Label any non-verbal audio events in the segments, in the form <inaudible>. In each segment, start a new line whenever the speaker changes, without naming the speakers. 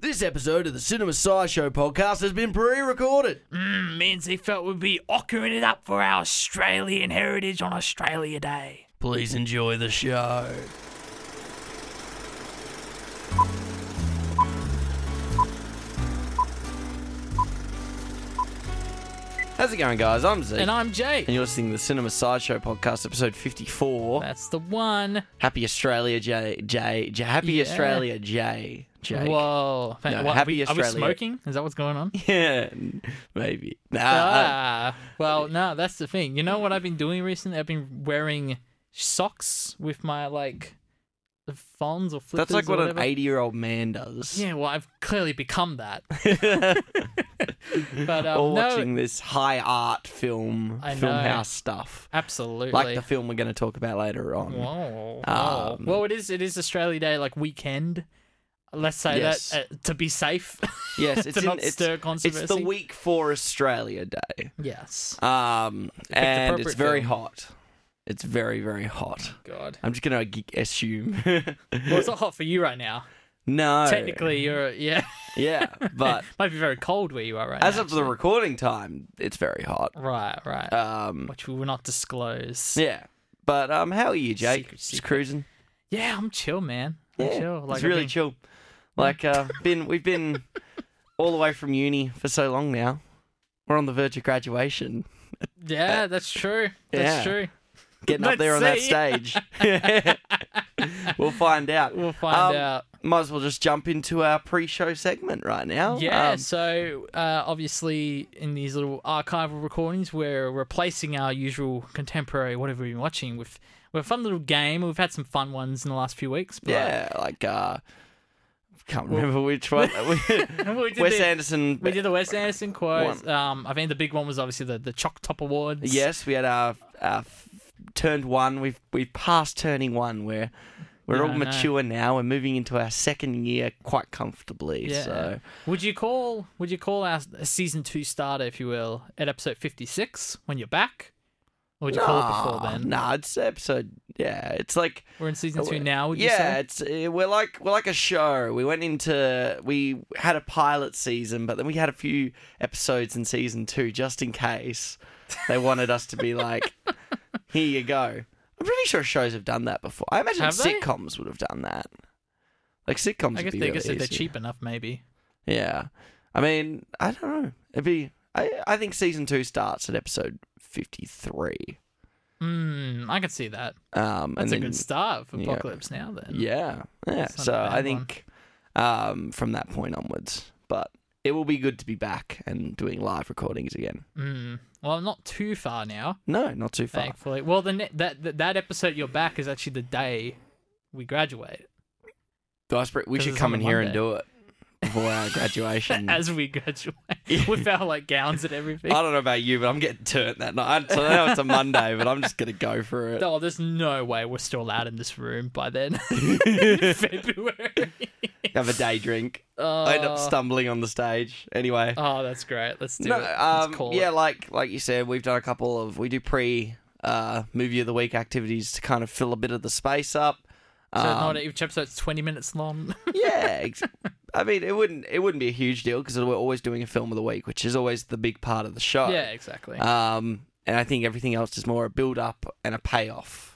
This episode of the Cinema Sci Show podcast has been pre recorded.
Mm, means they felt we'd be ockering it up for our Australian heritage on Australia Day.
Please enjoy the show. How's it going, guys? I'm Z.
And I'm Jay.
And you're listening to the Cinema Sideshow podcast, episode 54.
That's the one.
Happy Australia, Jay. Jay. J- Happy
Yeah.
Australia, Jay. Jake.
Whoa. Fa-
No,
what,
happy
are, we, are we
Australia.
smoking? Is that what's going on?
Yeah, n- <laughs> maybe. Nah. uh,
ah, well, no, that's the thing. You know what I've been doing recently? I've been wearing socks with my, like, fawns or flippers
that's like what
or
an
whatever.
80 year old man does.
Yeah, well, I've clearly become
<laughs>
that. <laughs> But um,
or
no,
watching this high art film,
I
film
know.
house stuff.
absolutely.
Like the film we're going to talk about later on.
<laughs> Whoa. whoa.
Um,
well, it is. It is Australia Day, like weekend. Let's say
Yes.
that uh, to be safe. <laughs>
Yes, it's
to
in-
not
it's-
stir
It's
controversy.
the week for Australia Day.
Yes.
Um, and it's
appropriate
very
film.
hot. It's very, very hot.
God.
I'm just going to assume. <laughs>
Well, it's not hot for you right now.
no.
Technically, you're yeah. <laughs>
Yeah, but
might be very cold where you are right
as
now.
of the recording time, it's very hot.
right, right,
Um,
which we will not disclose.
yeah. But um, how are you, Jake?
Secret,
Just
secret.
cruising.
Yeah, I'm chill, man. I'm
Yeah,
chill. Like
it's
I've
really
been- <laughs>
chill. Like uh, been we've been all the way from uni for so long now. We're on the verge of graduation,
Yeah, that's true. That's
Yeah.
true.
getting up
Let's
there on that
see.
stage. <laughs> we'll find out.
We'll find
Um,
out.
Might as well just jump into our pre-show segment right now.
Yeah,
Um,
so uh, obviously in these little archival recordings, we're replacing our usual contemporary whatever we've been watching with, with a fun little game. We've had some fun ones in the last few weeks. But
yeah, like uh, can't remember which one.
<laughs> we <laughs> did
Wes
the,
Anderson.
We did the Wes Anderson quotes. Um, I think the big one was obviously the, the Choc Top Awards.
Yes, we had our, our f- turned one. We've we've passed turning one. We're we're
Yeah,
all
I know.
mature now. We're moving into our second year quite comfortably.
Yeah.
So
Would you call Would you call our season two starter, if you will, at episode fifty six when you're back? Or would you call it before
Nah,
then?
Nah, it's episode. Yeah, it's like
We're in season two now. Would you
yeah,
say?
it's uh, we're like we're like a show. We went into we had a pilot season, but then we had a few episodes in season two just in case they wanted us to be
<laughs>
like, here you go. I'm pretty sure shows have done that before. I imagine
Have they?
sitcoms would have done that. Like sitcoms,
I
would
guess
be
they
really
guess if they're
easy.
cheap enough, maybe.
Yeah, I mean, I don't know. It'd be. I I think season two starts at episode fifty three.
Hmm, I can see that.
Um,
That's
and
a
then-
good start for
yeah.
Apocalypse Now. Then,
Yeah, yeah.
That's not
So
a bad
I
one.
think um, from that point onwards, but it will be good to be back and doing live recordings again.
Hmm. Well, not too far now,
No, not too far.
thankfully. Well, the ne- that, that that episode you're back is actually the day we graduate. <laughs>
Guys, we
'Cause
should
it's
come
on
in
a
here and
Monday.
do it before our graduation.
<laughs> As
<laughs>
we graduate, with our like gowns and everything.
Mm. I don't know about you, but I'm getting turned that night. So I know
<laughs>
it's a Monday, but I'm just gonna go for it.
Oh, there's no way we're still allowed in this room by
<laughs>
then. <laughs> In February.
Have a day drink. <laughs>
Oh,
I end up stumbling on the stage. Anyway,
oh, that's great. Let's do
no,
it.
um,
Let's call
yeah,
it.
like like you said, we've done a couple of we do pre uh, movie of the week activities to kind of fill a bit of the space up.
So
Um,
not each episode's 20 minutes long. <laughs>
yeah, ex- I mean, it wouldn't it wouldn't be a huge deal because we're always doing a film of the week, which is always the big part of the show.
yeah, exactly.
Um, and I think everything else is more a build up and a payoff.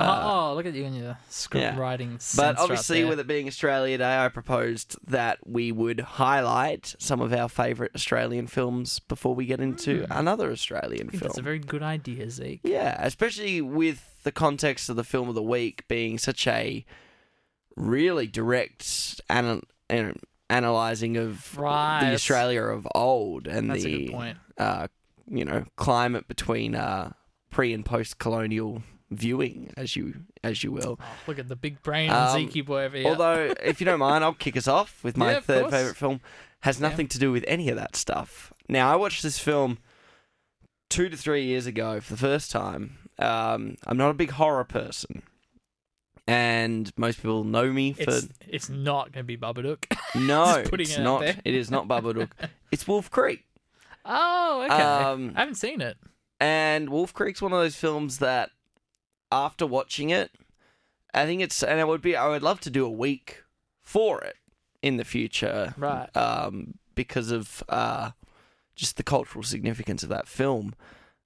Oh,
Uh,
oh, look at you and your script
yeah.
writing. sense
but
right
obviously,
there.
with it being Australia Day, I proposed that we would highlight some of our favourite Australian films before we get into another Australian
Hmm. I think
film.
that's a very good idea, Zeke.
Yeah, especially with the context of the film of the week being such a really direct an- an- analyzing of
Right,
the
that's-
Australia of old and
That's
the
a good point.
Uh, you know climate between uh, pre and post colonial viewing, as you as you will.
Oh, look at the big brain
Um,
Zeke boy over here.
Although, if you don't mind, I'll kick us off with my
Yeah, of
third
course.
favorite film. Has nothing to do with any of that stuff. Now, I watched this film two to three years ago for the first time. Um, I'm not a big horror person, and most people know me for
it's, it's not going to be Babadook.
<laughs>
<laughs>
no,
just putting
it's
it out
not.
there.
It is not
<laughs>
Babadook. it's Wolf Creek,
oh, okay.
Um,
I haven't seen it.
and Wolf Creek's one of those films that, after watching it, I think it's and it would be I would love to do a week for it in the future,
Right.
Um, because of uh, just the cultural significance of that film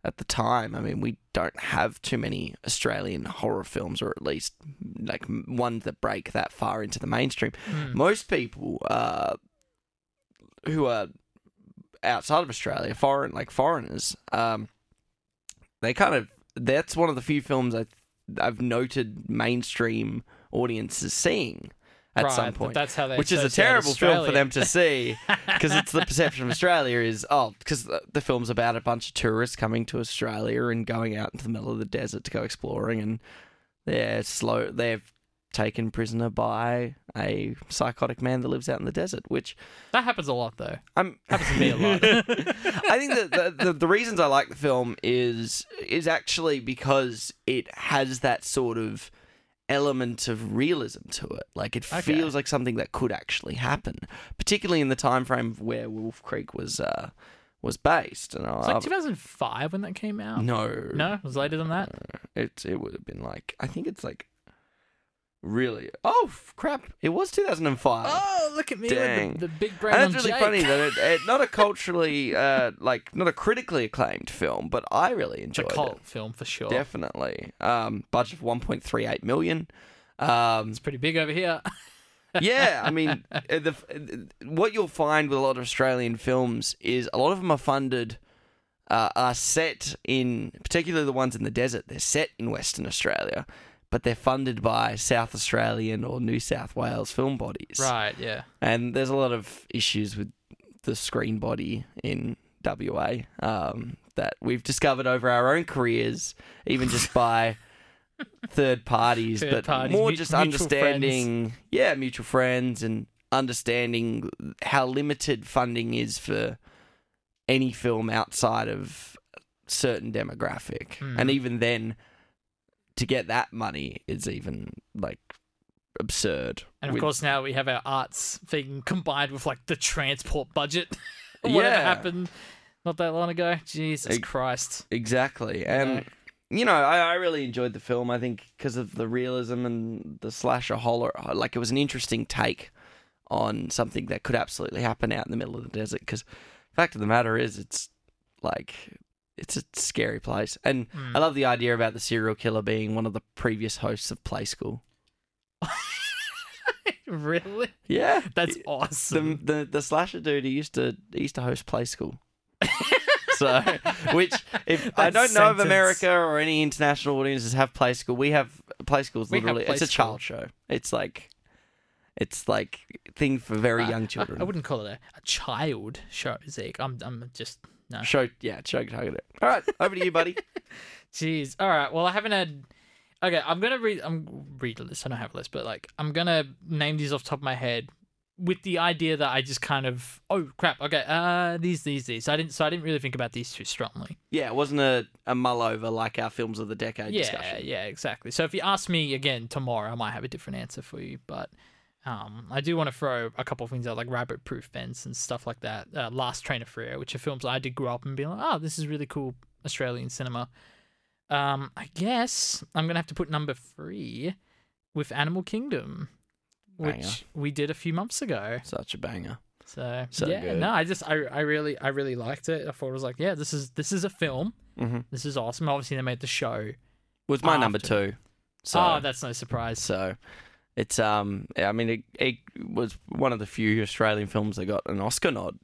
at the time. I mean, we don't have too many Australian horror films, or at least like m- ones that break that far into the mainstream.
Mm.
Most people uh, who are outside of Australia, foreign like foreigners, um, they kind of that's one of the few films I I've noted mainstream audiences seeing at
right,
some
that-
point
That's how they
which is a
associate
terrible film for
Australia.
them to see because it's the perception of Australia is oh because the, the film's about a bunch of tourists coming to Australia and going out into the middle of the desert to go exploring and they're slow they're taken prisoner by a psychotic man that lives out in the desert which
That happens a
<laughs>
lot though.
I'm
Happens <laughs> to me
<laughs>
a lot.
I think that the, the, the reasons I like the film is is actually because it has that sort of element of realism to it. Like it
Okay.
feels like something that could actually happen, particularly in the time frame where Wolf Creek was uh, was based. And
It's
I,
like 2005 when that came out.
no,
No, it was later than that.
it it would have been like I think it's like really oh f- crap, it was 2005.
Oh, look at me! with the-
Uh, Dang.
The, big brain.
And
on
that's really
Jake.
funny that it, it
<laughs>
not a culturally uh, like not a critically acclaimed film, but I really
It's a
enjoyed
cult film for sure.
it. Definitely. Um, budget of 1.38 million. Um,
It's pretty big over here. <laughs>
yeah, I mean, uh, the, uh, what you'll find with a lot of Australian films is a lot of them are funded, uh, are set in, particularly the ones in the desert, they're set in Western Australia, but they're funded by South Australian or New South Wales film bodies.
right. Yeah.
And there's a lot of issues with the screen body in WA um, that we've discovered over our own careers, even
<laughs>
just by third parties,
Third
but
parties,
more
mu-
just
mutual
understanding, yeah, mutual friends and understanding how limited funding is for any film outside of certain demographic.
Mm.
And even then, to get that money is even like absurd.
And of
with-
course now we have our arts thing combined with like the transport budget. <laughs> Whatever
Yeah.
happened not that long ago. Jesus
Ex-
Christ. <laughs>
Exactly. And, you know, I, I really enjoyed the film, I think, because of the realism and the slasher horror. Like, it was an interesting take on something that could absolutely happen out in the middle of the desert. Because, fact of the matter is, it's like, it's a scary place. And
Mm.
I love the idea about the serial killer being one of the previous hosts of Play School.
really?
Yeah.
That's
the,
awesome.
the the slasher dude he used to he used to host play
<laughs>
school. so which if I
That
don't know if
sentence.
America or any international audiences have play school. We have play school is
We have
literally
Play
it's a
School.
child show. It's like it's like thing for very
I-
young
Uh, I-
children.
I, wouldn't call it a, a child show, Zeke. I'm I'm just no.
show yeah, show target it. All right, over to you,
<laughs>
buddy.
Jeez. All right. Well, I haven't had. Okay, I'm gonna read. I'm read a list. I don't have a list, but like I'm gonna name these off the top of my head, with the idea that I just kind of oh crap. Okay, uh, these these these. I didn't. So I didn't really think about these too strongly.
Yeah, it wasn't a, a mull over like our films of the decade
yeah,
discussion.
yeah, exactly. So if you ask me again tomorrow, I might have a different answer for you. But um, I do want to throw a couple of things out, like Rabbit Proof Fence and stuff like that. Uh, Last Train of Freer, which are films I did grow up and be like, oh, this is really cool Australian cinema. Um, I guess I'm gonna have to put number three with Animal Kingdom, which
Banger.
we did a few months ago.
Such a banger.
So,
So
yeah,
good.
no, I just I, I really I really liked it. I thought it was like, yeah, this is this is a film.
Mm-hmm.
This is awesome. Obviously, they made the show.
Was my number
After.
two. So
oh, that's no surprise.
So it's um I mean it, it was one of the few Australian films that got an Oscar nod.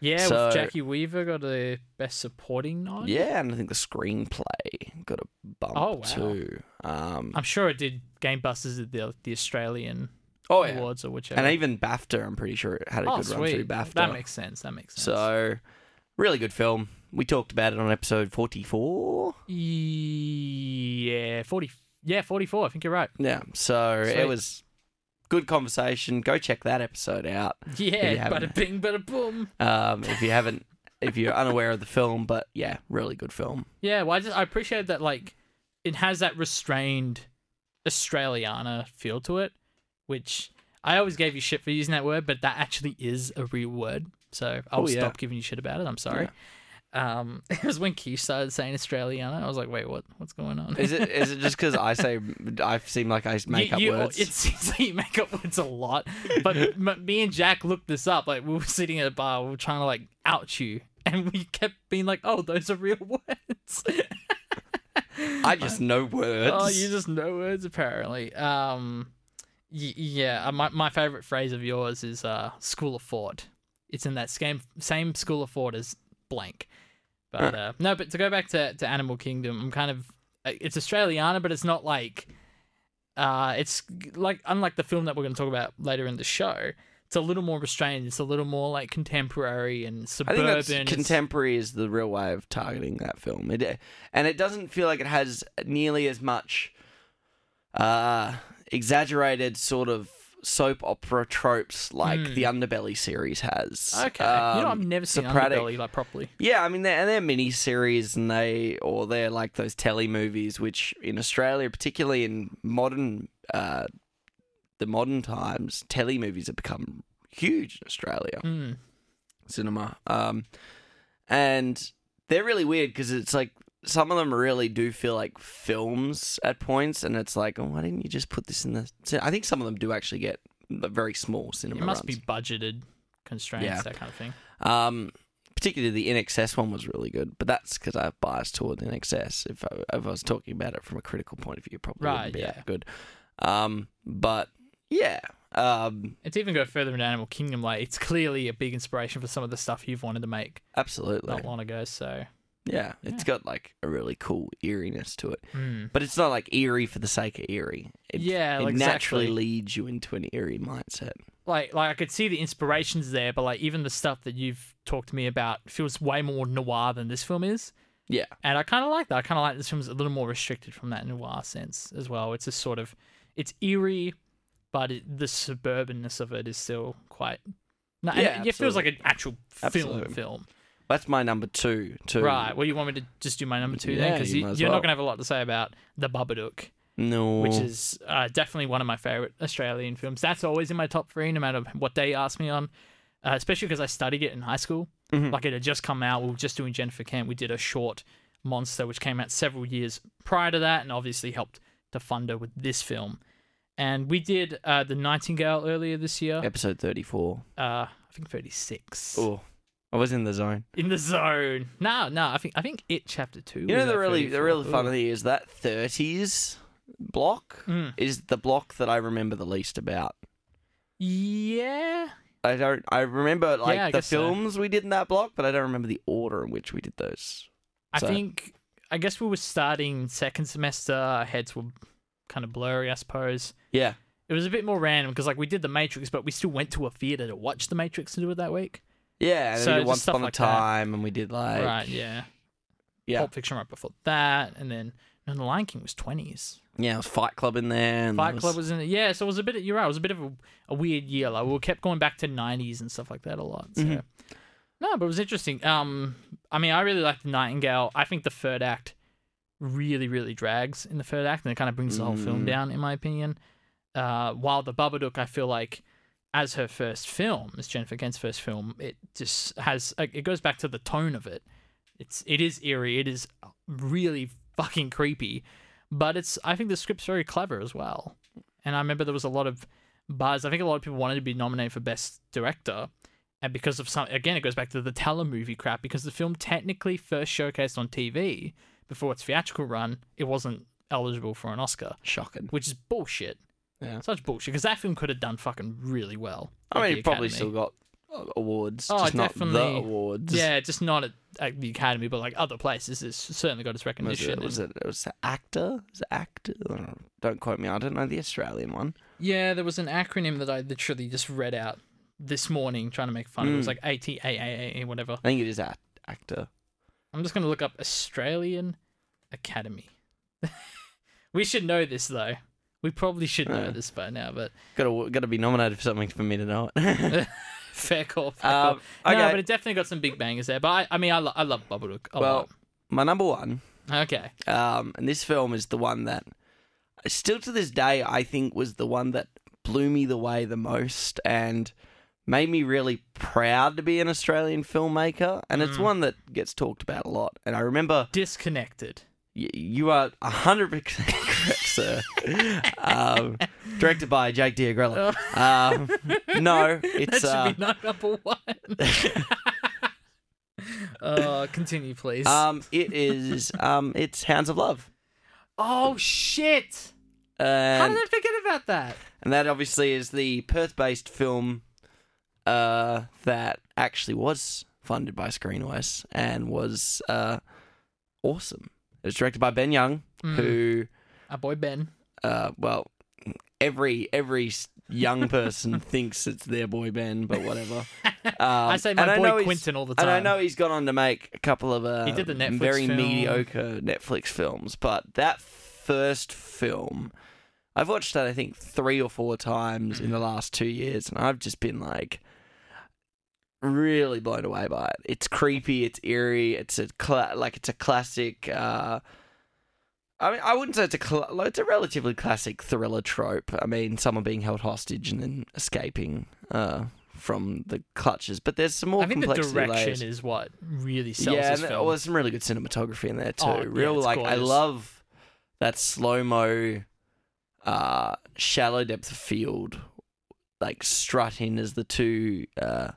Yeah,
So-
with Jackie Weaver got a best supporting nod.
Yeah, and I think the screenplay got a bump
Oh, wow.
too. Um
I'm sure it did Game Busters at the the Australian
oh yeah.
awards or whichever.
And even BAFTA I'm pretty sure it had a
oh,
good
sweet.
run through BAFTA.
That makes sense. That makes sense.
so really good film. We talked about it on episode 44.
yeah, 40 yeah, 44. I think you're right.
Yeah. So
Sweet.
it was good conversation. Go check that episode out.
Yeah,
haven't-
bada bing, bada boom.
Um if you haven't if you're unaware of the film, but yeah, really good film.
Yeah, well, I just I appreciate that. Like, it has that restrained Australiana feel to it, which I always gave you shit for using that word, but that actually is a real word. So I'll
Oh, yeah.
stop giving you shit about it. I'm sorry. Um, <laughs> it was when Q started saying Australiana. I was like, wait, what? What's going on?
Is it is it just because I say I seem like I make
you,
up
you- oh,
words?
It seems like you make up words a lot.
<laughs>
But m- me and Jack looked this up. Like we were sitting at a bar, we were trying to like out you, and we kept being like, "Oh, those are real <laughs> words."
I just know words.
<laughs> oh, you just know words apparently. Um, y- yeah. uh, My my favorite phrase of yours is uh, "School of Thought." It's in that same same School of Thought as blank. But uh, no, but to go back to, to Animal Kingdom, I'm kind of uh, it's Australiana, but it's not like uh, it's like unlike the film that we're going to talk about later in the show. It's a little more restrained. It's a little more like contemporary and
I
suburban.
think that's
It's-
contemporary is the real way of targeting that film. It and it doesn't feel like it has nearly as much uh, exaggerated sort of soap opera tropes like
Hmm.
the Underbelly series has.
okay, you know
Um,
I've never seen
Socratic-
Underbelly like properly.
Yeah, I mean, they're, and they're mini series, and they or they're like those telly movies, which in Australia, particularly in modern, uh, the modern times, telly movies have become huge in Australia
Mm.
cinema. Um, and they're really weird because it's like some of them really do feel like films at points, and it's like, oh, why didn't you just put this in the? cin-" I think some of them do actually get very small cinema.
It must
runs.
be budgeted constraints,
Yeah.
that kind of thing.
Um, particularly the NXS one was really good, but that's because I have bias toward NXS. If I, if I was talking about it from a critical point of view, it probably
Right,
wouldn't be
yeah.
that good. Um, but yeah, um,
It's even go further into Animal Kingdom. Like it's clearly a big inspiration for some of the stuff you've wanted to make
absolutely.
not long ago. So
Yeah, it's
Yeah.
got like a really cool eeriness to it,
mm.
but it's not like eerie for the sake of eerie. It,
yeah,
it
like
naturally
naturally,
leads you into an eerie mindset.
like like I could see the inspirations there, but like even the stuff that you've talked to me about feels way more noir than this film is.
Yeah.
and I kind of like that. I kind of like this film's a little more restricted from that noir sense as well. It's a sort of it's eerie, but it, the suburbanness of it is still quite. No, and
Yeah,
it, it feels like
absolutely.
an actual film.
Absolutely.
Film.
That's my number two. Too
Right. Well, you want me to just do my number two then?
Yeah,
Because
you
you,
might
are
as
not
well.
going to have a lot to say about The Babadook,
No.
which is uh, definitely one of my favorite Australian films. That's always in my top three, no matter what day you ask me on, uh, especially because I studied it in high school.
Mhm.
Like, it had just come out. We were just doing Jennifer Kent. We did a short Monster, which came out several years prior to that and obviously helped to fund her with this film. And we did uh, The Nightingale earlier this year.
episode thirty-four.
Uh, I think 36.
Oh, I was in the zone.
In the zone. No, no, I think I think it chapter two.
You
was
know the
at
really the
34.
really
Ooh.
fun thing is that thirties block
Mm.
is the block that I remember the least about.
Yeah.
I don't I remember like
Yeah, I
the
guess so.
films we did in that block, but I don't remember the order in which we did those.
I
So-
think I guess we were starting second semester. Our heads were kind of blurry, I suppose.
Yeah.
It was a bit more random because like we did the Matrix, but we still went to a theater to watch the Matrix to do it that week.
Yeah, and
So
then we
just
did Once
stuff
Upon a
like that.
Time and we did like
right. Yeah.
Yeah.
Pulp Fiction right before that, and then and the Lion King was twenties.
Yeah, it was Fight Club in there and
Fight
there was-
Club was in it. Yeah, so it was a bit. You're right. It was a bit of a, a weird year. Like we kept going back to '90s and stuff like that a lot. So.
Mhm.
No, but it was interesting. Um, I mean, I really liked the Nightingale. I think the third act really, really drags in the third act, and it kind of brings the whole film
Mm.
down, in my opinion. Uh, while the Babadook, I feel like, as her first film, as Jennifer Kent's first film, it just has it goes back to the tone of it. It's it is eerie. It is really fucking creepy, but it's I think the script's very clever as well. And I remember there was a lot of buzz. I think a lot of people wanted to be nominated for best director, and because of some again, it goes back to the telemovie crap. Because the film technically first showcased on TV before its theatrical run, it wasn't eligible for an Oscar,
shocking.
which is bullshit.
Yeah.
Such bullshit. Because that film could have done fucking really well.
I
at
mean
the
it probably still
Academy.
got uh, awards.
Oh,
just not the
definitely.
awards.
Yeah, just not at, at the Academy, but like other places, it's certainly got its
Was
recognition.
it, was it was it actor? Was it actor? I don't know. Don't quote me. I don't know the Australian one.
Yeah, there was an acronym that I literally just read out this morning trying to make fun. of It was
Mm.
like ATAAA, whatever.
I think it is act- actor.
I'm just gonna look up Australian Academy. <laughs> we should know this though. We probably should know
Yeah.
this by now, but <laughs>
Got to got to be nominated for something for me to know <laughs> it.
fair call. Fair
um,
call.
okay,
No, but it definitely got some big bangers there. But I, I mean, I, lo- I love Babadook a
well, my number one,
lot. Okay.
um, and this film is the one that, still to this day, I think was the one that blew me the way the most, and made me really proud to be an Australian filmmaker, and it's one that gets talked about a lot. And I remember
Disconnected.
y- you are hundred percent <laughs> correct, sir. um, directed by Jake <laughs> Diagrella. Um, no,
That
it's
should
uh,
be my number one.
<laughs>
<laughs> uh, continue, please.
um, it is um, it's Hounds of Love,
oh shit! How
and,
did I forget about that?
and that obviously is the Perth-based film uh, that actually was funded by ScreenOS and was uh, awesome. It was directed by Ben Young,
Mm.
who
Our boy Ben.
uh, well, every every s- young person <laughs> thinks it's their boy Ben, but whatever. Um,
<laughs> I say
and
my
know
boy
he's-
Quentin all the
And
time.
I know he's gone on to make a couple of uh,
He did the Netflix
very
film.
mediocre Netflix films, but that first film, I've watched that I think three or four times in the
Mm-hmm.
last two years, and I've just been like really blown away by it. It's creepy, it's eerie, it's a cla- like it's a classic. Uh, I mean, I wouldn't say it's a cl- like, it's a relatively classic thriller trope. I mean, someone being held hostage and then escaping uh, from the clutches, but there's some more
I think the
complexity
direction
layers.
is what really sells
yeah,
this
and there
film.
was some really good cinematography in there too.
Oh, yeah,
Real
it's
like I
gorgeous.
love that slow mo, uh, shallow depth of field, like strutting as the two uh,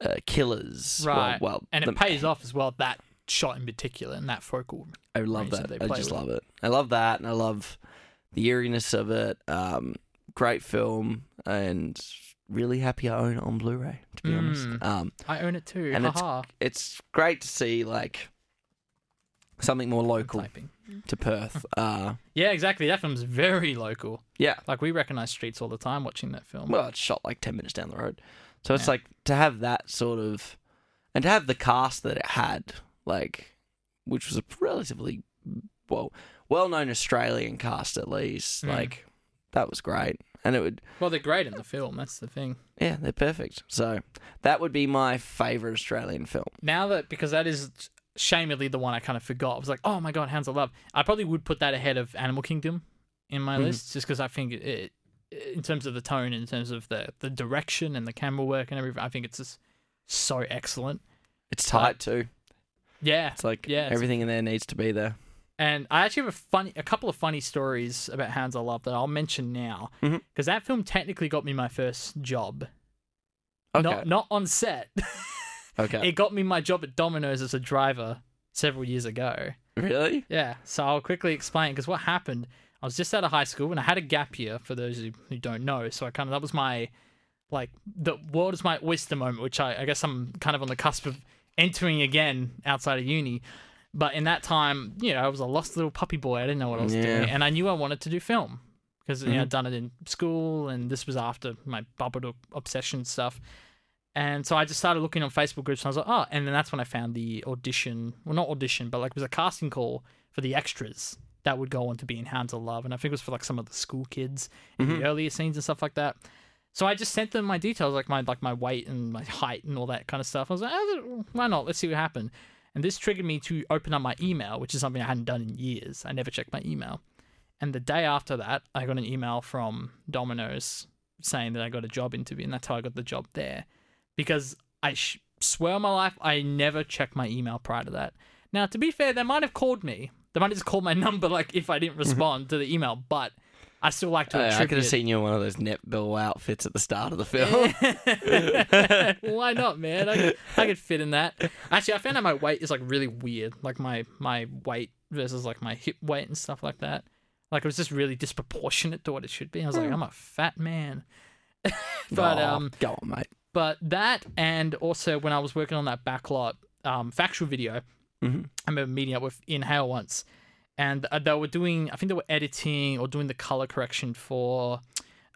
uh, killers. Well-
Right.
Well,
and
the-
it pays off as well. That shot in particular and that focal.
I love
range that
that.
they
I
play
just
with.
love it. I love that, and I love the eeriness of it. Um, great film, and really happy I own it on Blu-ray. To be honest,
Mm.
um,
I own it too.
And it's
Haha.
it's great to see like something more local
Typing.
to
<laughs>
Perth. Uh,
Yeah, exactly. That film's very local.
yeah,
Like we recognize streets all the time watching that film.
well, it's shot like ten minutes down the road, so it's
Yeah.
like to have that sort of, and to have the cast that it had, like, which was a relatively well well-known Australian cast at least.
Mm.
Like, that was great, and it would
well, they're great in the film. That's the thing.
yeah, they're perfect. So that would be my favorite Australian film.
now that because that is shamedly the one I kind of forgot. I was like, oh my god, Hounds of Love. I probably would put that ahead of Animal Kingdom in my
Mhm.
list just because I think it, in terms of the tone, in terms of the the direction and the camera work and everything, I think it's just so excellent.
It's tight too.
Yeah,
It's like
Yeah, it's-
everything in there needs to be there.
and I actually have a funny, a couple of funny stories about Hounds of Love that I'll mention now because
Mhm.
that film technically got me my first job.
Okay.
Not not on set.
okay.
<laughs> it got me my job at Domino's as a driver several years ago.
really?
Yeah, so I'll quickly explain because what happened, I was just out of high school and I had a gap year for those who, who don't know. So I kind of that was my like the world is my oyster moment, which I, I guess I'm kind of on the cusp of entering again outside of uni. But in that time, you know, I was a lost little puppy boy. I didn't know what I was
Yeah.
doing, and I knew I wanted to do film because you know, I'd done it in school, and this was after my bubble obsession stuff. And so I just started looking on Facebook groups, and I was like, oh, and then that's when I found the audition. Well, not audition, but like it was a casting call for the extras that would go on to be in Hounds of Love, and I think it was for like some of the school kids in the earlier scenes and stuff like that. So I just sent them my details, like my like my weight and my height and all that kind of stuff. I was like, oh, why not? Let's see what happened. And this triggered me to open up my email, which is something I hadn't done in years. I never checked my email. And the day after that, I got an email from Domino's saying that I got a job interview, and that's how I got the job there. Because I sh- swear on my life, I never checked my email prior to that. Now, to be fair, they might have called me. They might have just called my <laughs> number, like if I didn't respond to the email. But I still like to
Mm-hmm. Oh,
attribute.
I could have seen you in one of those net bill outfits at the start of the <laughs> film.
Why not, man? I could, I could fit in that. Actually, I found out my weight is like really weird. Like my my weight versus like my hip weight and stuff like that. Like it was just really disproportionate to what it should be. I was like, I'm a fat man. <laughs>
<laughs>
but
Aw,
um,
Oh, go on, mate.
but that and also when I was working on that backlot um factual video,
Mhm.
I remember meeting up with Inhale once, and uh, they were doing. I think they were editing or doing the color correction for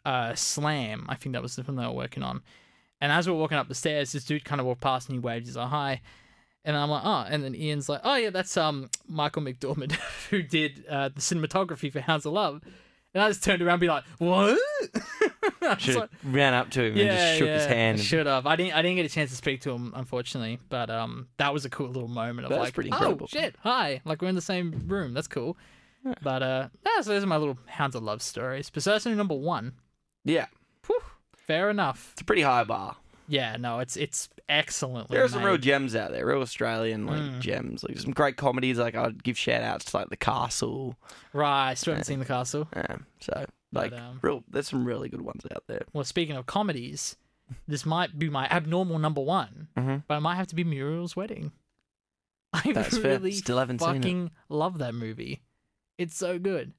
uh, Slam. I think that was the film they were working on. And as we were walking up the stairs, this dude kind of walked past and he waved. He's like, "Hi," and I'm like, "Oh." And then Ian's like, "Oh yeah, that's um Michael McDormand <laughs> who did uh, the cinematography for Hounds of Love." And I just turned around and be like, "What?" <laughs> I was
Should
like,
have ran up to him and just shook his hand.
Should have. I didn't. I didn't get a chance to speak to him, unfortunately. But um, that was a cool little moment of
That's
like,
pretty
oh
incredible.
shit, hi, like we're in the same room. That's cool. But uh, yeah, so those are my little hounds of love stories. But so that's only number one.
yeah.
Whew. fair enough.
It's a pretty high bar.
Yeah, no, it's it's excellently.
There are some
made.
real gems out there, real Australian like
Mm.
gems. Like some great comedies. Like I'd give shout outs to like The Castle.
Right, still haven't seen the castle.
Um, so like
um,
real, there's some really good ones out there.
Well, speaking of comedies, this might be my abnormal number one,
Mhm.
but it might have to be Muriel's Wedding. <laughs> I
That's
really
fair. Still haven't seen it.
fucking love that movie. It's so good.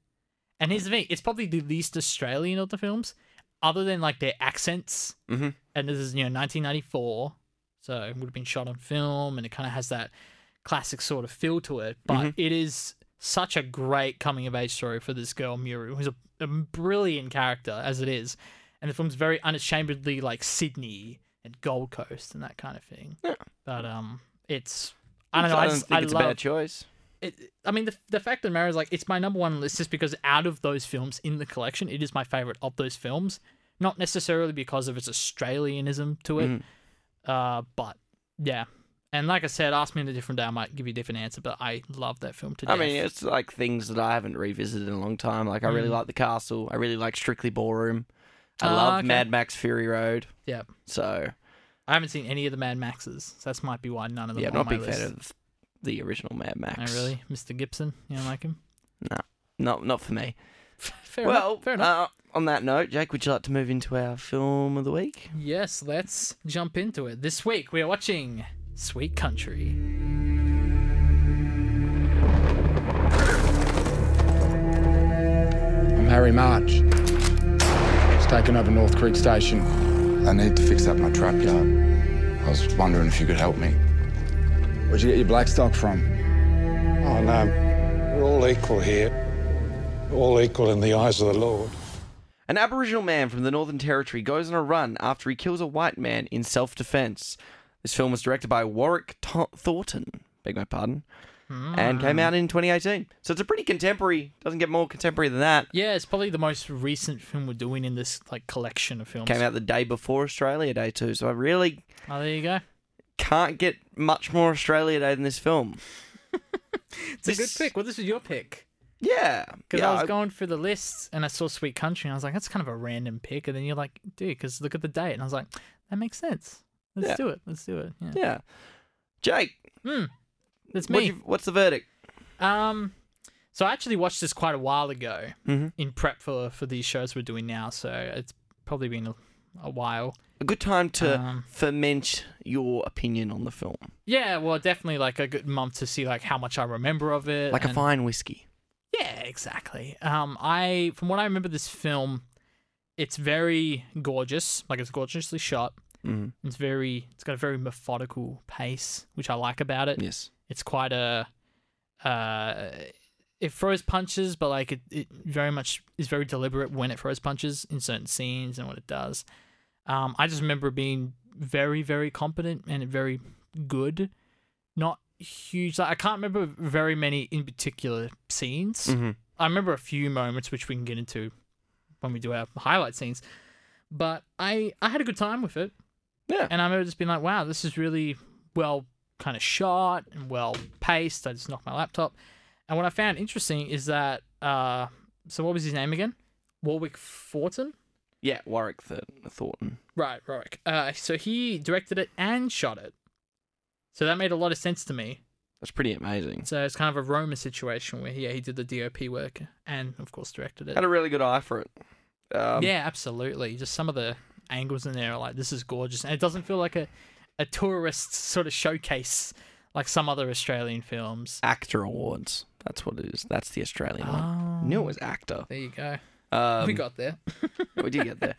And here's the thing: it's probably the least Australian of the films, other than like their accents.
Mhm.
And this is you know 1994, so it would have been shot on film, and it kind of has that classic sort of feel to it. But
Mm-hmm.
it is such a great coming of age story for this girl Miru, who's a, a brilliant character as it is, and the film's very unashamedly like Sydney and Gold Coast and that kind of thing.
Yeah.
But um, it's I don't know. I, just,
think
I
it's
love
a bad choice.
it, I mean, the, the fact of the matter is, like, it's my number one list just because out of those films in the collection, it is my favorite of those films. Not necessarily because of its Australianism to it,
Mm.
uh, but yeah. And like I said, ask me in a different day, I might give you a different answer, but I love that film to
I
death.
mean, it's like things that I haven't revisited in a long time. Like I really
Mm.
like The Castle. I really like Strictly Ballroom. I
Ah,
love
okay.
Mad Max Fury Road.
Yep.
So
I haven't seen any of the Mad Maxes, so that might be why none of them
yeah,
are
I'm not
on
a big
my list.
fan of the original Mad Max.
Oh, really? Mr. Gibson? You don't like him? <laughs>
Not not for me.
fair
well,
enough. Fair enough.
Uh, on that note, Jake, would you like to move into our film of the week?
Yes, let's jump into it. This week we are watching Sweet Country.
I'm Harry March. It's taken over North Creek Station.
I need to fix up my trap yard. I was wondering if you could help me.
Where'd you get your black stock from?
Oh, no. We're all equal here. All equal in the eyes of the Lord.
An Aboriginal man from the Northern Territory goes on a run after he kills a white man in self defense. This film was directed by Warwick Tho- Thornton, beg my pardon,
Hmm.
and came out in 2018. So it's a pretty contemporary, doesn't get more contemporary than that.
Yeah, it's probably the most recent film we're doing in this like collection of films.
Came out the day before Australia Day, too, so I really
Oh, there you go.
can't get much more Australia Day than this film.
<laughs> It's a good pick. Well, this is your pick
Yeah.
because
yeah,
I was
I-
going through the list and I saw Sweet Country and I was like, that's kind of a random pick. And then you're like, dude, because look at the date. And I was like, that makes sense. Let's
Yeah.
do it. Let's do it. Yeah,
Yeah. Jake,
that's
what
me.
you, what's the verdict?
Um, so I actually watched this quite a while ago
Mm-hmm.
in prep for for these shows we're doing now. So it's probably been a, a while.
A good time to
Um,
ferment your opinion on the film,
Yeah, well, definitely like a good month to see like how much I remember of it.
like a
and-
fine whiskey.
Yeah, exactly. Um, I from what I remember, this film, it's very gorgeous. Like it's gorgeously shot.
Mhm.
It's very, it's got a very methodical pace, which I like about it.
Yes.
It's quite a, uh, it throws punches, but like it, it very much is very deliberate when it throws punches in certain scenes and what it does. Um, I just remember it being very, very competent and very good. Not huge. Like, I can't remember very many in particular scenes.
Mhm.
I remember a few moments which we can get into when we do our highlight scenes. But I I had a good time with it.
Yeah.
And I remember just being like, wow, this is really well kind of shot and well paced. I just knocked my laptop. And what I found interesting is that uh so what was his name again? Warwick Fortin?
Yeah, Warwick Thor- Thornton.
Right, Warwick. Uh so he directed it and shot it. So that made a lot of sense to me.
That's pretty amazing.
So it's kind of a Roma situation where yeah, he did the DOP work and of course directed it.
Had a really good eye for it. Um,
yeah, absolutely. Just some of the angles in there are like, this is gorgeous. And it doesn't feel like a, a tourist sort of showcase like some other Australian films.
Actor Awards. That's what it is. That's the Australian
Oh.
one. Knew it was actor.
There you go.
Um,
we got there.
we did get there.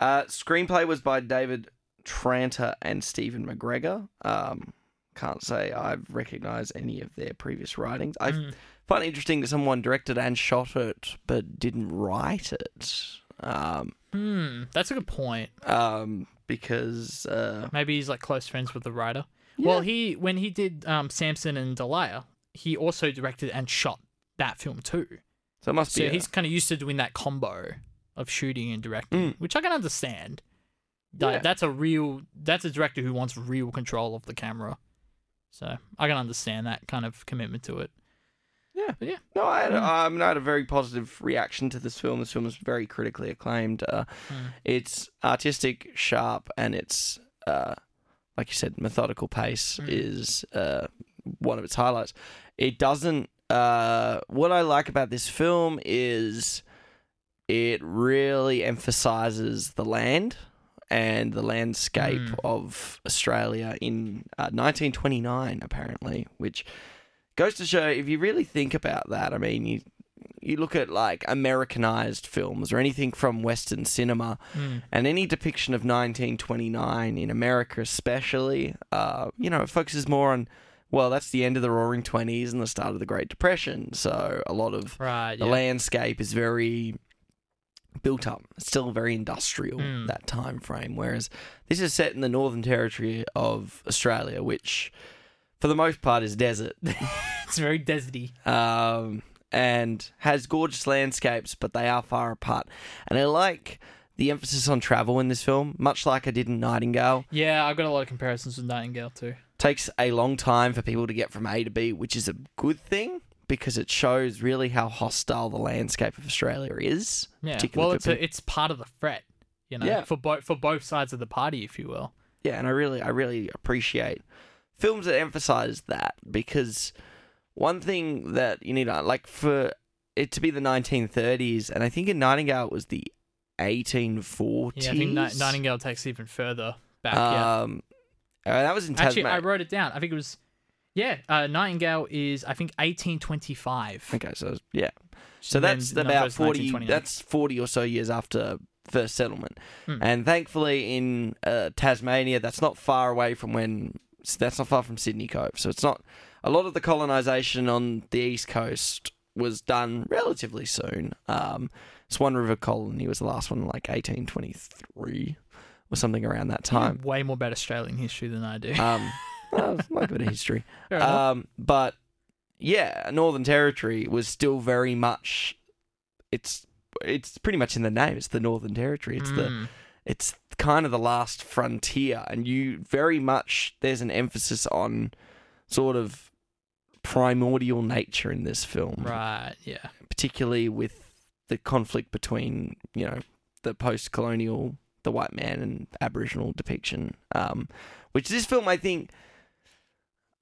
Uh, screenplay was by David Tranter and Stephen McGregor. Um, can't say I've recognised any of their previous writings. I find it interesting that someone directed and shot it, but didn't write it. Um,
Hmm, that's a good point.
um, because uh,
Maybe he's like close friends with the writer. Well, he when he did um, Samson and Delilah, he also directed and shot that film too.
so it must
So
be. a-
he's kind of used to doing that combo of shooting and directing, which I can understand. Like,
Yeah.
That's a real. That's a director who wants real control of the camera. So I can understand that kind of commitment to it.
Yeah.
But yeah.
No, I had, um, I had a very positive reaction to this film. This film is very critically acclaimed. Uh, It's artistic, sharp, and it's, uh, like you said, methodical pace is uh, one of its highlights. It doesn't. Uh, what I like about this film is it really emphasizes the land and the landscape of Australia in uh, 1929, apparently, which goes to show if you really think about that i mean you you look at like americanized films or anything from western cinema
Hmm.
and any depiction of 1929 in america especially uh, you know it focuses more on well that's the end of the roaring 20s and the start of the great depression so a lot of
Right.
the
yeah.
landscape is very built up it's still very industrial that time frame whereas this is set in the northern territory of australia which for the most part is desert
It's very deserty.
um, and has gorgeous landscapes, but they are far apart. And I like the emphasis on travel in this film, much like I did in Nightingale.
Yeah, I've got a lot of comparisons with Nightingale too.
Takes a long time for people to get from A to B, which is a good thing because it shows really how hostile the landscape of Australia is.
Yeah.
particularly
Well,
for
it's a,
people-
it's part of the threat, you know,
Yeah.
for both for both sides of the party, if you will.
yeah, and I really, I really appreciate films that emphasize that because one thing that you need, like for it to be the 1930s, and I think in Nightingale it was the 1840s.
Yeah, I think Ni- Nightingale takes even further back. yeah.
Um, uh, that was in
Actually,
Tasmania.
I wrote it down. I think it was. Yeah, uh, Nightingale is I think 1825.
okay, so it's- yeah, so
And then
that's
number
about
is
forty.
1929.
That's forty or so years after first settlement,
Hmm.
and thankfully in uh, Tasmania, that's not far away from when that's not far from Sydney Cove. So it's not a lot of the colonisation on the east coast was done relatively soon. Um, Swan River Colony was the last one, like eighteen twenty three or something around that
You know
time.
way more about Australian history than I do.
Um, <laughs> well, I like a bit of history.
Fair enough.
Um, but yeah, Northern Territory was still very much. It's it's pretty much in the name. It's the Northern Territory. It's the
Mm.
it's kind of the last frontier, and you very much there's an emphasis on sort of primordial nature in this film,
Mm, right. Yeah.
particularly with the conflict between you know the post-colonial, the white man, and Aboriginal depiction. Um, which this film, I think,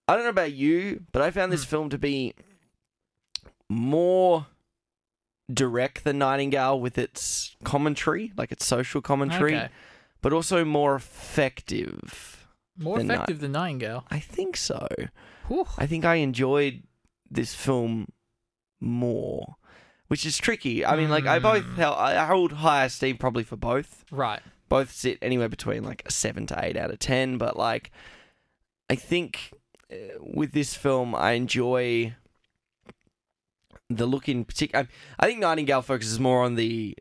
I don't know about you, but I found this film to be more direct than Nightingale with its commentary, like its social commentary,
Okay.
but also more effective.
More
than Ni-
effective than Nightingale.
I think so.
Whew.
I think I enjoyed this film more, which is tricky. I mean, like I both
Hmm.
held, I hold high esteem probably for both.
Right.
Both sit anywhere between like a seven to eight out of ten, but like I think uh, with this film, I enjoy the look in particular. I, I think Nightingale focuses more on the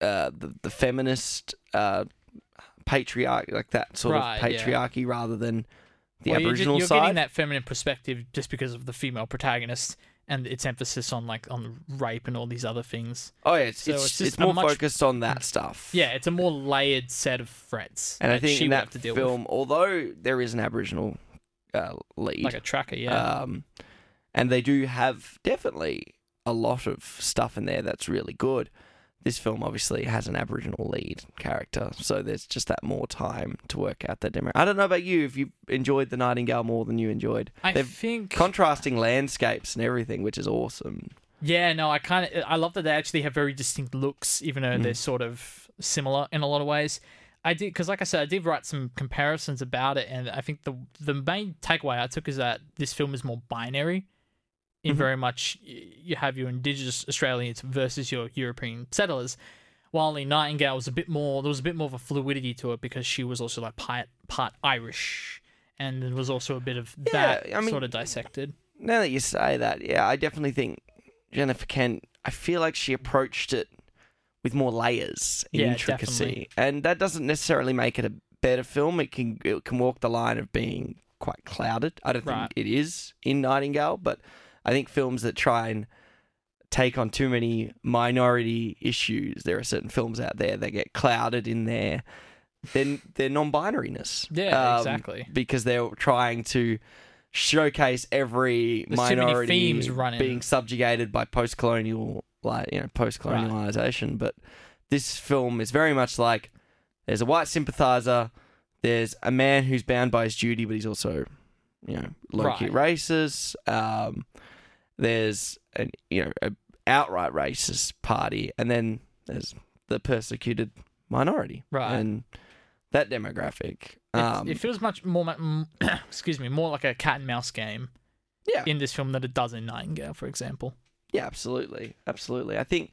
uh, the, the feminist uh, patriarch, like that sort
Right,
of
yeah.
patriarchy, rather than the
Well, you're, ju-
Aboriginal
you're
side.
getting that feminine perspective just because of the female protagonist and its emphasis on like on rape and all these other things.
Oh yeah, it's
So
it's,
it's
it's,
just a
more
much-
focused on that stuff.
Yeah, it's a more layered set of threats.
and I
that
think
she
in
would
that
have to deal
film, although there is an Aboriginal uh, lead,
with, like a tracker. Yeah.
um, and they do have definitely a lot of stuff in there that's really good. This film obviously has an Aboriginal lead character, so there's just that more time to work out that demo. I don't know about you if you enjoyed the Nightingale more than you enjoyed.
I
They've
think.
contrasting landscapes and everything, which is awesome.
yeah, no, I kind of I love that they actually have very distinct looks, even though
Mm.
they're sort of similar in a lot of ways. I did because, like I said, I did write some comparisons about it, and I think the the main takeaway I took is that this film is more binary. In
Mm-hmm.
very much, y- you have your indigenous Australians versus your European settlers. While in Nightingale was a bit more, there was a bit more of a fluidity to it because she was also like part, part Irish, and there was also a bit of that
I mean-
sort of dissected.
now that you say that, yeah, I definitely think Jennifer Kent. I feel like she approached it with more layers and
Yeah,
intricacy,
definitely.
and that doesn't necessarily make it a better film. It can it can walk the line of being quite clouded. I don't
Right.
think it is in Nightingale, but I think films that try and take on too many minority issues, there are certain films out there that get clouded in their their, their non-binariness.
Yeah, exactly.
Because they're trying to showcase every
There's too many
minority
themes running.
being subjugated by post-colonial, like you know, post-colonialization. But this film is very much like there's a white sympathizer, there's a man who's bound by his duty, but he's also, you know, low-key racist. Um, there's an you know a outright racist party, and then there's the persecuted minority,
Right.
And that demographic.
It's-
Um,
it feels much more, ma- m- <coughs> excuse me, more like a cat and mouse game
yeah,
in this film than it does in Nightingale, for example.
yeah, absolutely, absolutely. I think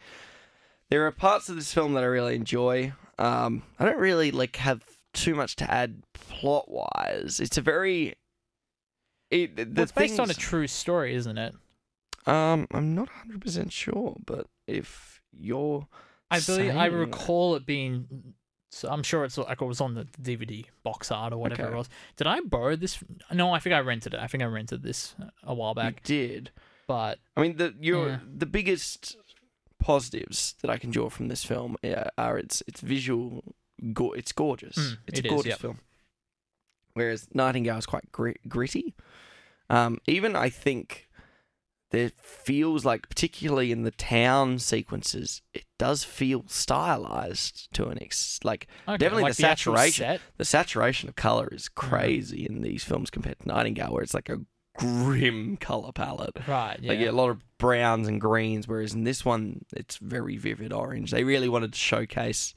there are parts of this film that I really enjoy. Um, I don't really like have too much to add plot wise. It's a very it, the
Well, it's based on a
things-
true story, isn't it?
um, I'm not 100 percent sure, but if you're,
I believe I
saying-
recall it being. So I'm sure it's like it was on the DVD box art or whatever
Okay.
it was. Did I borrow this? No, I think I rented it. I think I rented this a while
you
back.
did.
But
I mean, the your
Yeah.
the biggest positives that I can draw from this film uh, are its its visual, go- it's gorgeous.
Mm,
it's
it
a
is,
gorgeous
yep.
film. Whereas Nightingale is quite gri- gritty. Um, even I think there feels like, particularly in the town sequences, it does feel stylized to an ex. Like
okay,
definitely
like
the
actual
saturation,
set,
the saturation of color is
Mm-hmm.
crazy in these films compared to Nightingale, where it's like a grim <laughs> color palette.
right? Yeah.
They get a lot of browns and greens, whereas in this one, it's very vivid orange. They really wanted to showcase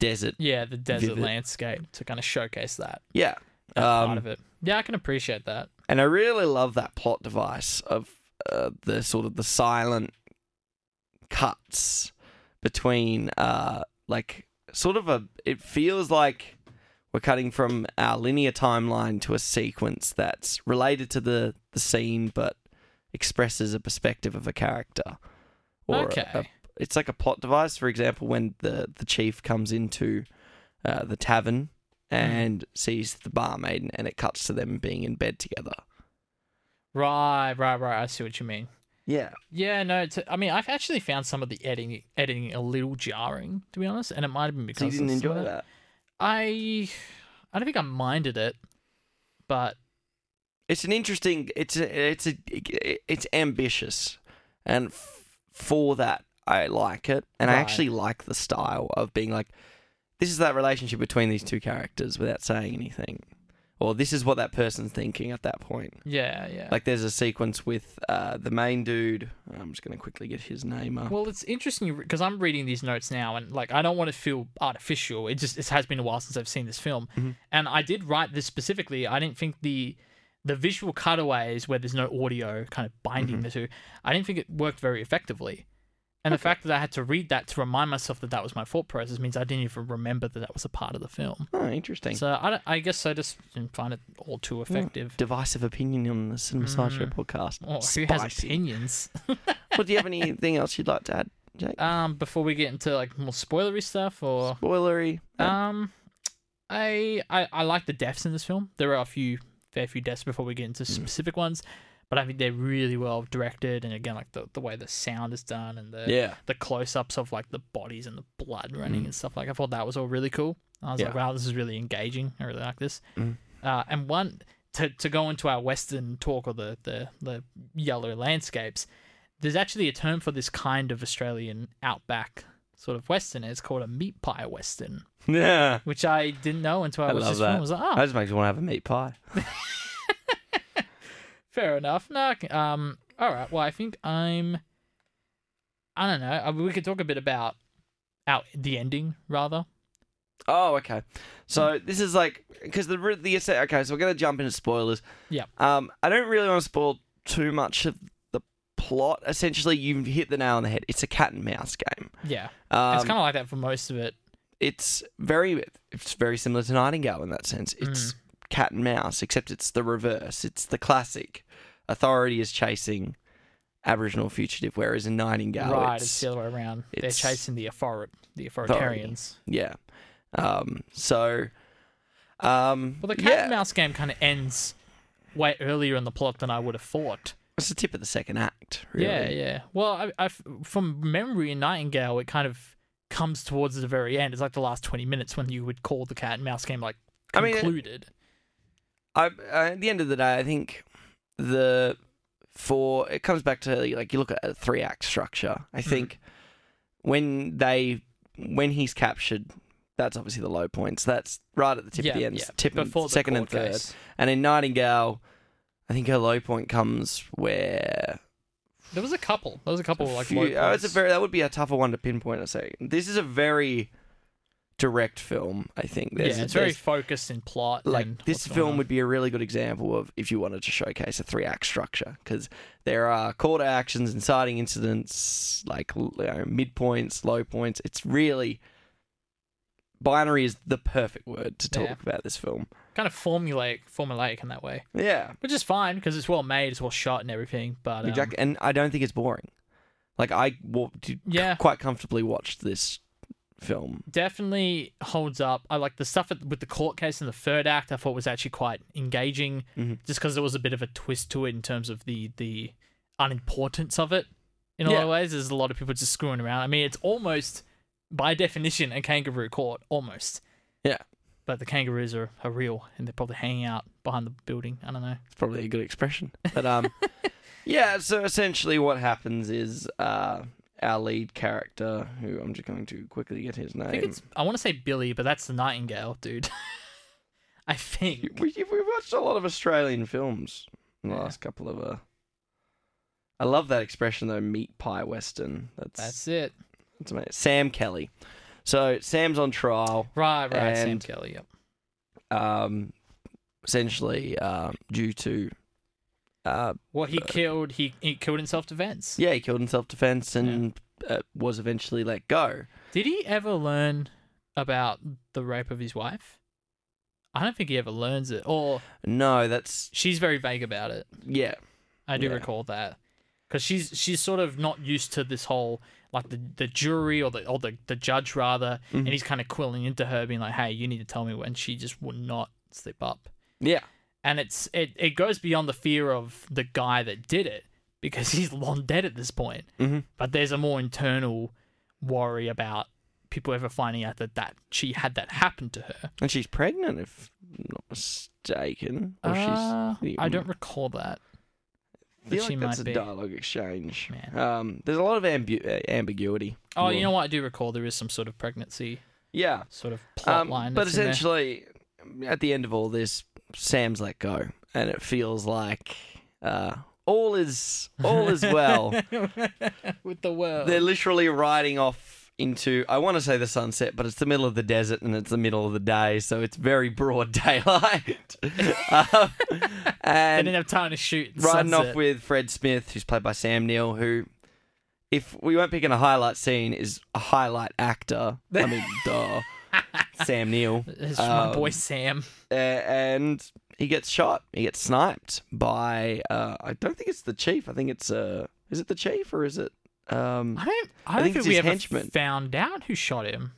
desert.
yeah, the desert
vivid.
landscape to kind of showcase that,
Yeah.
that part
Um,
of it. Yeah, I can appreciate that.
and I really love that plot device of uh, the sort of the silent cuts between, uh, like, sort of a. It feels like we're cutting from our linear timeline to a sequence that's related to the, the scene, but expresses a perspective of a character. Or a-
okay.
a it's like a plot device. For example, when the the chief comes into uh, the tavern and sees the barmaid, and it cuts to them being in bed together.
Right, right, right. I see what you mean.
Yeah,
Yeah, no. It's, I mean, I've actually found some of the editing editing a little jarring, to be honest, and it might have been because
so you didn't
of some of
enjoy that.
I, I don't think I minded it, but
It's an interesting. It's a, it's a it's ambitious, and f- for that I like it, and I
Right.
actually like the style of being like, this is that relationship between these two characters without saying anything, or this is what that person's thinking at that point.
yeah, yeah.
Like there's a sequence with uh, the main dude. I'm just gonna quickly get his name up.
well, it's interesting because I'm reading these notes now, and like I don't want to feel artificial. It just it has been a while since I've seen this film, and I did write this specifically. I didn't think the the visual cutaways where there's no audio kind of binding the two, I didn't think it worked very effectively. And the fact that I had to read that to remind myself that that was my thought process means I didn't even remember that that was a part of the film.
oh, interesting.
So I, don't- I guess I just didn't find it all too effective.
Divisive opinion on the Cinema Sideshow podcast.
Or Mm. Oh, who
Spicy.
has opinions?
well, do you have anything else you'd like to add, Jake?
um, before we get into like more spoilery stuff, or
Spoilery. Uh,
um, I, I I like the deaths in this film. There are a few fair few deaths before we get
Hmm.
into specific ones, but I think they're really well directed, and again, like the the way the sound is done and the
yeah. <laughs> Hmm.
the close ups of like the bodies and the blood running and stuff. Like I thought that was all really cool. I was like,
Yeah. Hmm.
wow, this is really engaging. I really like this. Uh, and one to to go into our Western talk or the the the yellow landscapes. There's actually a term for this kind of Australian outback sort of Western. and It's called a meat pie Western,
Yeah.
which I didn't know until I,
I
watched
love
this film.
that.
I was like,
That
oh,
just makes me want to have a meat pie.
fair enough. No, I can- um, all right. Well, I think I'm. I don't know. I, we could talk a bit about out the ending rather.
Oh, okay. So this is like because the re- the okay. So we're gonna jump into spoilers.
Yep.
Um, I don't really want to spoil too much of the plot. Essentially, you've hit the nail on the head. It's a cat and mouse game.
Yeah.
Um,
it's kind of like that for most of it.
it's very it's very similar to Nightingale in that sense. It's cat and mouse, except it's the reverse. It's the classic. Authority is chasing Aboriginal fugitive, whereas in Nightingale,
right, it's,
it's,
the other way around. They're
it's-
chasing the author- the
Authority.
authoritarians.
yeah. Um, so, um,
Well, the cat
yeah,
and mouse game kind of ends way earlier in the plot than I would have thought.
it's the tip of the second act. Really.
Yeah, yeah. Well, I, I, from memory in Nightingale, it kind of comes towards the very end. It's like the last twenty minutes when you would call the cat and mouse game like
I mean, uh, it-
concluded.
I, uh, at the end of the day, I think the for it comes back to like you look at a three act structure.
Hmm.
I think when they when he's captured, that's obviously the low points. That's right at the tip of the end, tip and
Before the
second and
court
third.
case.
And in Nightingale, I think her low point comes where
There was a couple. There was a couple like
few-
low
oh, it's a
points.
very that would be a tougher one to pinpoint. I say this is a very direct film. I think
yeah,
there's,
it's very
there's-
focused in plot. and
like
what's
this
going
film
on.
would be a really good example of if you wanted to showcase a three act structure because there are call to actions, inciting incidents, like l- you know, midpoints, low points. It's really binary is the perfect word to talk
Yeah.
about this film.
kind of formulaic, formulaic in that way,
Yeah,
which is fine because it's well made, it's well shot and everything. But um,
exactly. And I don't think it's boring. Like I wa- did
Yeah.
quite comfortably watched this film
definitely holds up. I like the stuff at- with the court case in the third act. I thought was actually quite engaging,
Mm-hmm.
just because there was a bit of a twist to it in terms of the the unimportance of it. In a lot
Yeah.
of ways, there's a lot of people just screwing around. I mean, it's almost by definition a kangaroo court, almost.
Yeah.
But the kangaroos are, are real, and they're probably hanging out behind the building. I don't know.
It's probably a good expression. But
<laughs>
um yeah, so essentially what happens is uh our lead character, who I'm just going to quickly get his name.
I think it's. I want to say Billy, but that's the Nightingale, dude. <laughs> I think.
we, we've watched a lot of Australian films in the
Yeah.
last couple of uh I love that expression though, meat pie western. That's that's,
That's it.
amazing. Sam Kelly. So Sam's on trial.
Right, right. Sam
And-
Kelly. Yep.
Um essentially um due to uh
Well, he killed. He he killed in self defense.
yeah, he killed in self defense and uh, was eventually let go.
Did he ever learn about the rape of his wife? I don't think he ever learns it, or
No, that's
she's very vague about it.
yeah.
I do
Yeah.
recall that because she's she's sort of not used to this whole like the, the jury or the or the, the judge rather,
Mm-hmm.
and he's kind of quelling into her, being like, "Hey, you need to tell me," when she just would not slip up.
Yeah.
and it's it, it goes beyond the fear of the guy that did it because <laughs> he's long dead at this point.
Mhm.
But there's a more internal worry about people ever finding out that, that she had that happen to her.
And she's pregnant, if I'm not mistaken. Or
Uh,
she's.
I don't recall that.
I feel
but she
like that's
might
a
be.
dialogue exchange.
Man.
Um, there's a lot of ambu- uh, ambiguity.
Oh, you
Well,
know what? I do recall there is some sort of pregnancy
Yeah.
sort of plot
Um,
line.
but
that's in there.
essentially, at the end of all this, Sam's let go, and it feels like uh, all is all is
<laughs>
well.
with the world.
They're literally riding off into I want to say the sunset, but it's the middle of the desert and it's the middle of the day, so it's very broad <laughs> daylight. um,
They
and
didn't have time to shoot. in the
riding off
sunset.
with Fred Smith, who's played by Sam Neill, who, if we weren't picking a highlight scene, is a highlight actor. I
<laughs>
mean, duh, Sam Neill,
It's my
um,
boy Sam.
uh, and he gets shot. He gets sniped by. Uh, I don't think it's the chief. I think it's. Uh, is it the chief or is it? Um,
I don't. I don't
think
think,
it's
we
his
ever
henchman.
found out who shot him.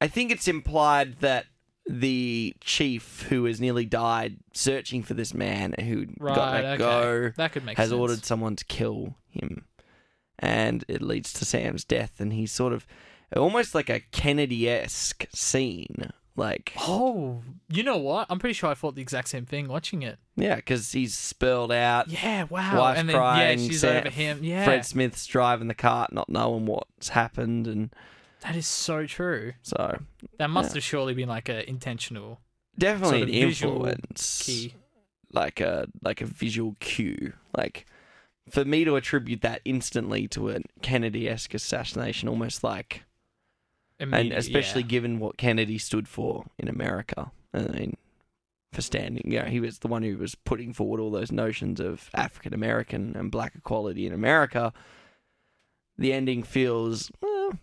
I think it's implied that the chief, who has nearly died searching for this man who
Right.
got let
okay.
go,
That could make
has
sense.
ordered someone to kill him, and it leads to Sam's death, and he's sort of almost like a Kennedy esque scene, like
Oh, you know what? I'm pretty sure I thought the exact same thing watching it.
yeah, because he's spelled out,
Yeah, wow.
wife
and then
crying,
yeah, she's
Sam-
over him. Yeah,
Fred Smith's driving the cart, not knowing what's happened, and
that is so true.
so
That must have surely been like a intentional
definitely
Sort of
an
visual
influence,
key.
like a like a visual cue, like. For me to attribute that instantly to a Kennedy-esque assassination, almost like and
immediate-
especially
yeah.
given what Kennedy stood for in America. I mean, for standing, you know, he was the one who was putting forward all those notions of African American and black equality in America. The ending feels well,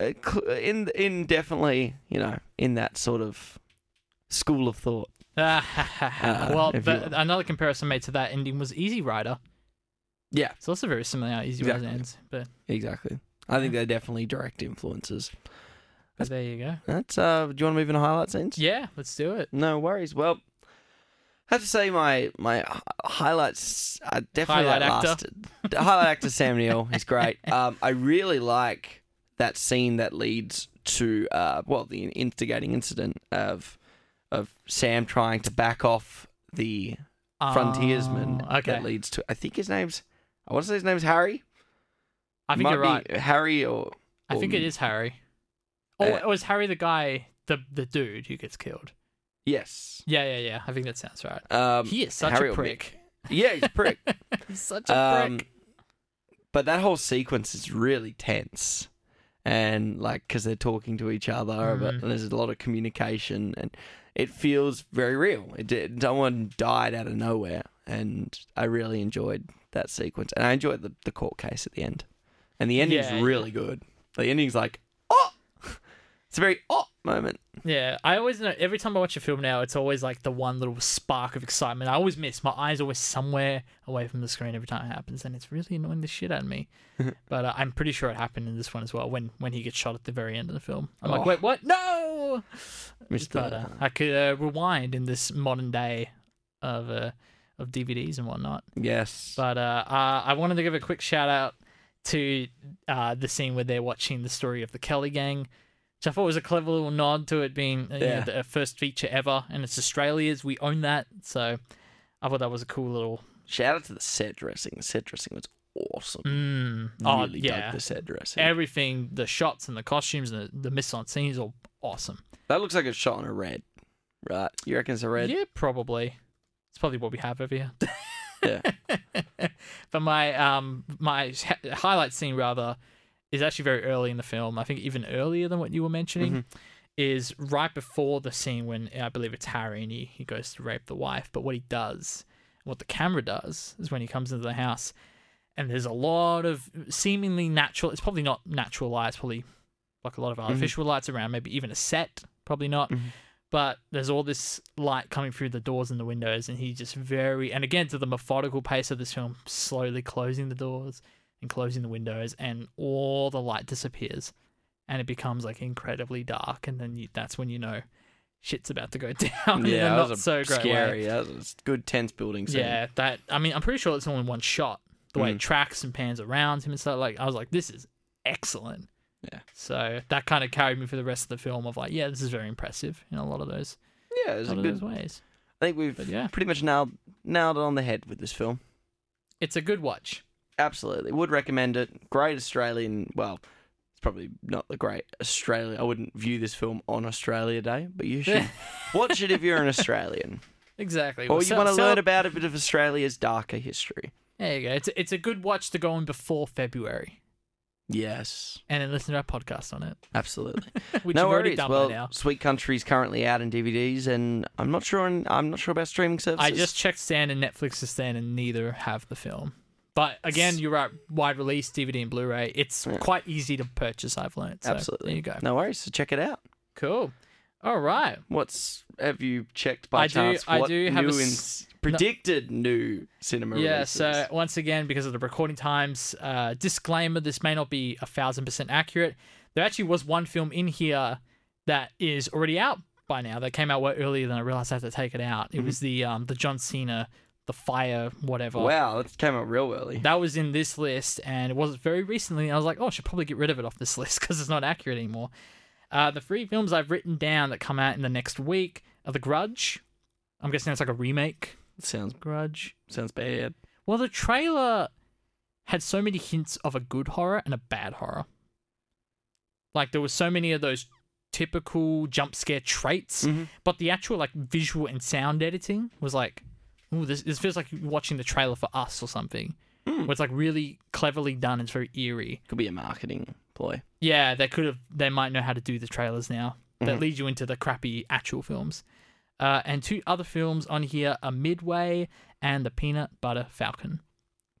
uh, cl- in in definitely you know in that sort of school of thought.
<laughs> Ah, well,
if
the-
you will.
another comparison made to that ending was Easy Rider.
Yeah,
It's also very similar how Easy
Exactly.
Rider ends, but,
exactly. I think they're definitely direct influences.
but there you go.
That's uh, do you want to move into highlight scenes?
Yeah, let's do it.
No worries. Well, I have to say my my h- highlights are definitely
Highlight
that
actor.
last- <laughs> the highlight actor Sam Neill. He's
<laughs>
great. Um, I really like that scene that leads to uh, well the instigating incident of of Sam trying to back off the frontiersman
Oh, okay.
that leads to. I think his name's. I want to say his name's Harry.
I think
Might
you're
be
right.
Harry or.
I
or-
think it is Harry. Or,
Uh,
or is Harry the guy, the the dude who gets killed?
Yes.
Yeah, yeah, yeah. I think that sounds right.
Um,
He is such
Harry
a
or Mick.
prick.
Yeah, he's a
<laughs>
prick.
He's such a
um,
prick.
but that whole sequence is really tense, and like because they're talking to each other,
Mm-hmm.
but there's a lot of communication, and it feels very real. It did, no one died out of nowhere, and I really enjoyed that sequence, and I enjoyed the, the court case at the end, and the ending's
Yeah, yeah.
really good. The ending's like oh, <laughs> it's a very oh moment.
Yeah, I always know. Every time I watch a film now, it's always like the one little spark of excitement. I always miss. My eyes always somewhere away from the screen every time it happens, and it's really annoying the shit out of me. but uh, I'm pretty sure it happened in this one as well. When when he gets shot at the very end of the film, I'm
Oh.
like, wait, what? No.
Missed
But
the-
uh, I could uh, rewind in this modern day of uh, of DVDs and whatnot.
Yes,
But uh, uh, I wanted to give a quick shout out to uh, the scene where they're watching the story of the Kelly gang, which I thought was a clever little nod to it being uh, you know,
Yeah.
the first feature ever, and it's Australia's. We own that, so I thought that was a cool little.
shout out to the set dressing. The set dressing was awesome.
Mm, oh
really
yeah,
dug the set dressing.
everything, the shots and the costumes and the, the mise en scene is all awesome.
That looks like it's shot on a red, right? You reckon it's a red?
Yeah, probably. It's probably what we have over here.
Yeah.
<laughs> but my um my hi- highlight scene rather is actually very early in the film. I think even earlier than what you were mentioning is right before the scene when I believe it's Harry and he, he goes to rape the wife. But what he does, what the camera does, is when he comes into the house and there's a lot of seemingly natural. It's probably not natural light. It's probably like a lot of
Mm-hmm.
artificial lights around. Maybe even a set. Probably not. But there's all this light coming through the doors and the windows, and he just very and again to the methodical pace of this film, slowly closing the doors and closing the windows, and all the light disappears, and it becomes like incredibly dark, and then you, that's when you know shit's about to go <laughs> down. in a
that
not
was a
so great way.
scary. That was a good tense building scene.
Yeah, that. I mean, I'm pretty sure it's only one shot. The
Hmm.
way it tracks and pans around him and stuff. Like, I was like, this is excellent.
Yeah.
So that kind of carried me for the rest of the film. Of like, yeah, this is very impressive in a lot of those,
yeah, it was
lot
a
of
good.
those ways.
I think we've
But yeah.
pretty much nailed nailed it on the head with this film.
It's a good watch.
Absolutely, would recommend it. Great Australian. Well, it's probably not the great Australia. I wouldn't view this film on Australia Day, but you
<laughs>
should watch it if you're an Australian
Exactly.
or
Well,
you
so-
want to
so-
learn about a bit of Australia's darker history.
There you go. It's a, it's a good watch to go on before February
Yes,
and then listen to our podcast on it,
absolutely.
which
no
you've already
worries.
done
well,
by now.
Sweet Country's currently out in DVDs, and I'm not sure. On, I'm not sure about streaming services.
I just checked Stan and Netflix's Stan, and neither have the film. But again, you're right. Wide release DVD and Blu-ray. It's quite easy to purchase. I've learned. So
absolutely.
There you go.
No worries. So check it out.
Cool. All right.
What's have you checked by
I do-
chance?
I
what
do have a
new
s-
in- predicted new cinema
Yeah.
releases?
So once again, because of the recording times, uh, disclaimer: this may not be a thousand percent accurate. There actually was one film in here that is already out by now. That came out way earlier than I realized. I had to take it out.
Mm-hmm.
It was the um the John Cena, the fire whatever.
wow, that came out real early.
That was in this list, and it was very recently. I was like, oh, I should probably get rid of it off this <laughs> list because it's not accurate anymore. Uh, the three films I've written down that come out in the next week are The Grudge. I'm guessing that's like a remake.
sounds
Grudge.
sounds bad.
Well, the trailer had so many hints of a good horror and a bad horror. Like there were so many of those typical jump scare traits, but the actual like visual and sound editing was like, ooh, this, this feels like you're watching the trailer for Us or something. Where it's like really cleverly done. It's very eerie.
Could be a marketing ploy.
Yeah, they could have. They might know how to do the trailers now that lead you into the crappy actual films. Uh, and two other films on here are Midway and The Peanut Butter Falcon,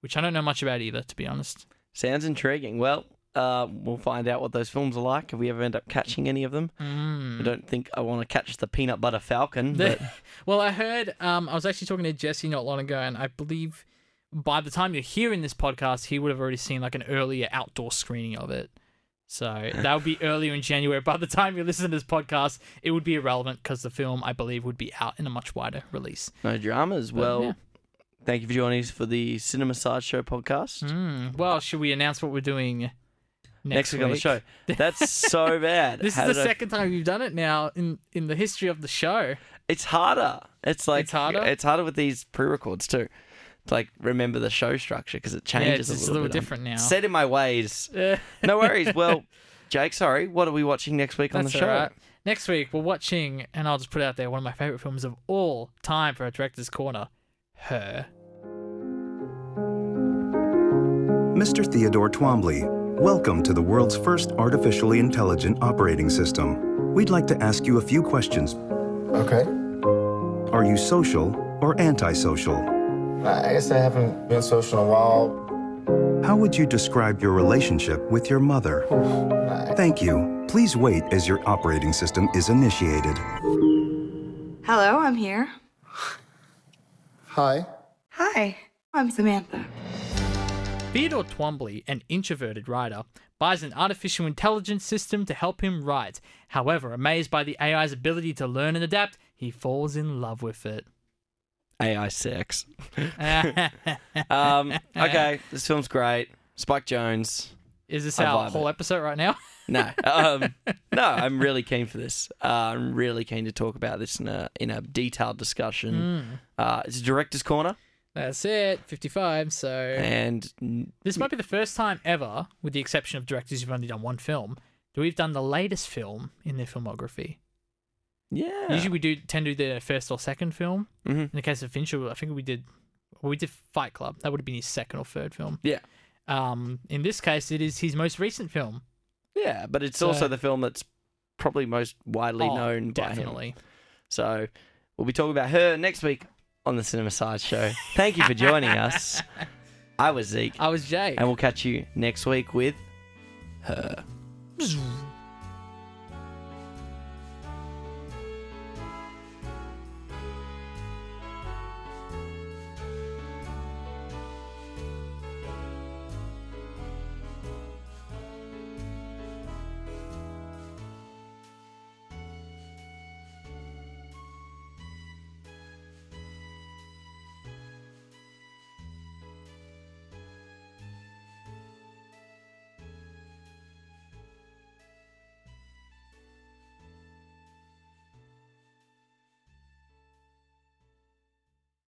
which I don't know much about either, to be honest.
Sounds intriguing. Well, uh, we'll find out what those films are like if we ever end up catching any of them.
Mm.
I don't think I want to catch the peanut butter
<laughs>
falcon, but
well, I heard. Um, I was actually talking to Jesse not long ago, and I believe by the time you're hearing this podcast, he would have already seen like an earlier outdoor screening of it. So that would be earlier in January. By the time you listen to this podcast, it would be irrelevant because the film, I believe, would be out in a much wider release.
no dramas. Well,
yeah.
thank you for joining us for the Cinema Sideshow podcast.
Mm, well, should we announce what we're doing next,
Mm-hmm. Next week on the show. That's so bad.
<laughs> This
How
is the
did I
second time you've done it now in in the history of the show.
It's harder. It's like
It's harder?
It's harder with these pre-records too. To like remember the show structure because it changes
it's-
a
it's
little,
a little
bit. I'm
different now.
Set in my
<laughs>
ways. no worries. Well, Jake, sorry. What are we watching next week on the
That's
show?
all right. Next week, we're watching, and I'll just put it out there, one of my favorite films of all time for a director's corner, Her.
Mr. Theodore Twombly, welcome to the world's first artificially intelligent operating system. We'd like to ask you a few questions.
Okay.
Are you social or antisocial?
I guess I haven't been social in a while.
How would you describe your relationship with your mother? Thank you. Please wait as your operating system is initiated.
Hello, I'm here.
Hi.
Hi, I'm Samantha.
Theodore Twombly, an introverted writer, buys an artificial intelligence system to help him write. However, amazed by the AI's ability to learn and adapt, he falls in love with
<laughs>
it. <laughs>
AI sex.
<laughs>
um, okay, this film's great. Spike Jones.
Is this
I
our
vibe
whole episode right now? <laughs>
No, um, no, I'm really keen for this. Uh, I'm really keen to talk about this in a in a detailed
Hmm.
discussion. Uh, it's director's corner,
That's it, 55. So,
and n-
this might be the first time ever, with the exception of directors who've only done one film, that we've done the latest film in their filmography.
yeah,
Usually we do tend to do their first or second film.
Mhm.
In the case of Fincher, I think we did well, we did Fight Club. That would have been his second or third film.
yeah,
Um, in this case, it is his most recent film.
yeah. But it's
So-
also the film that's probably most widely
Oh,
known by him.
definitely.
So we'll be talking about her next week on the Cinema Side Show. Thank you for joining
<laughs>
us. I was Zeke,
I was Jay.
and we'll catch you next week with.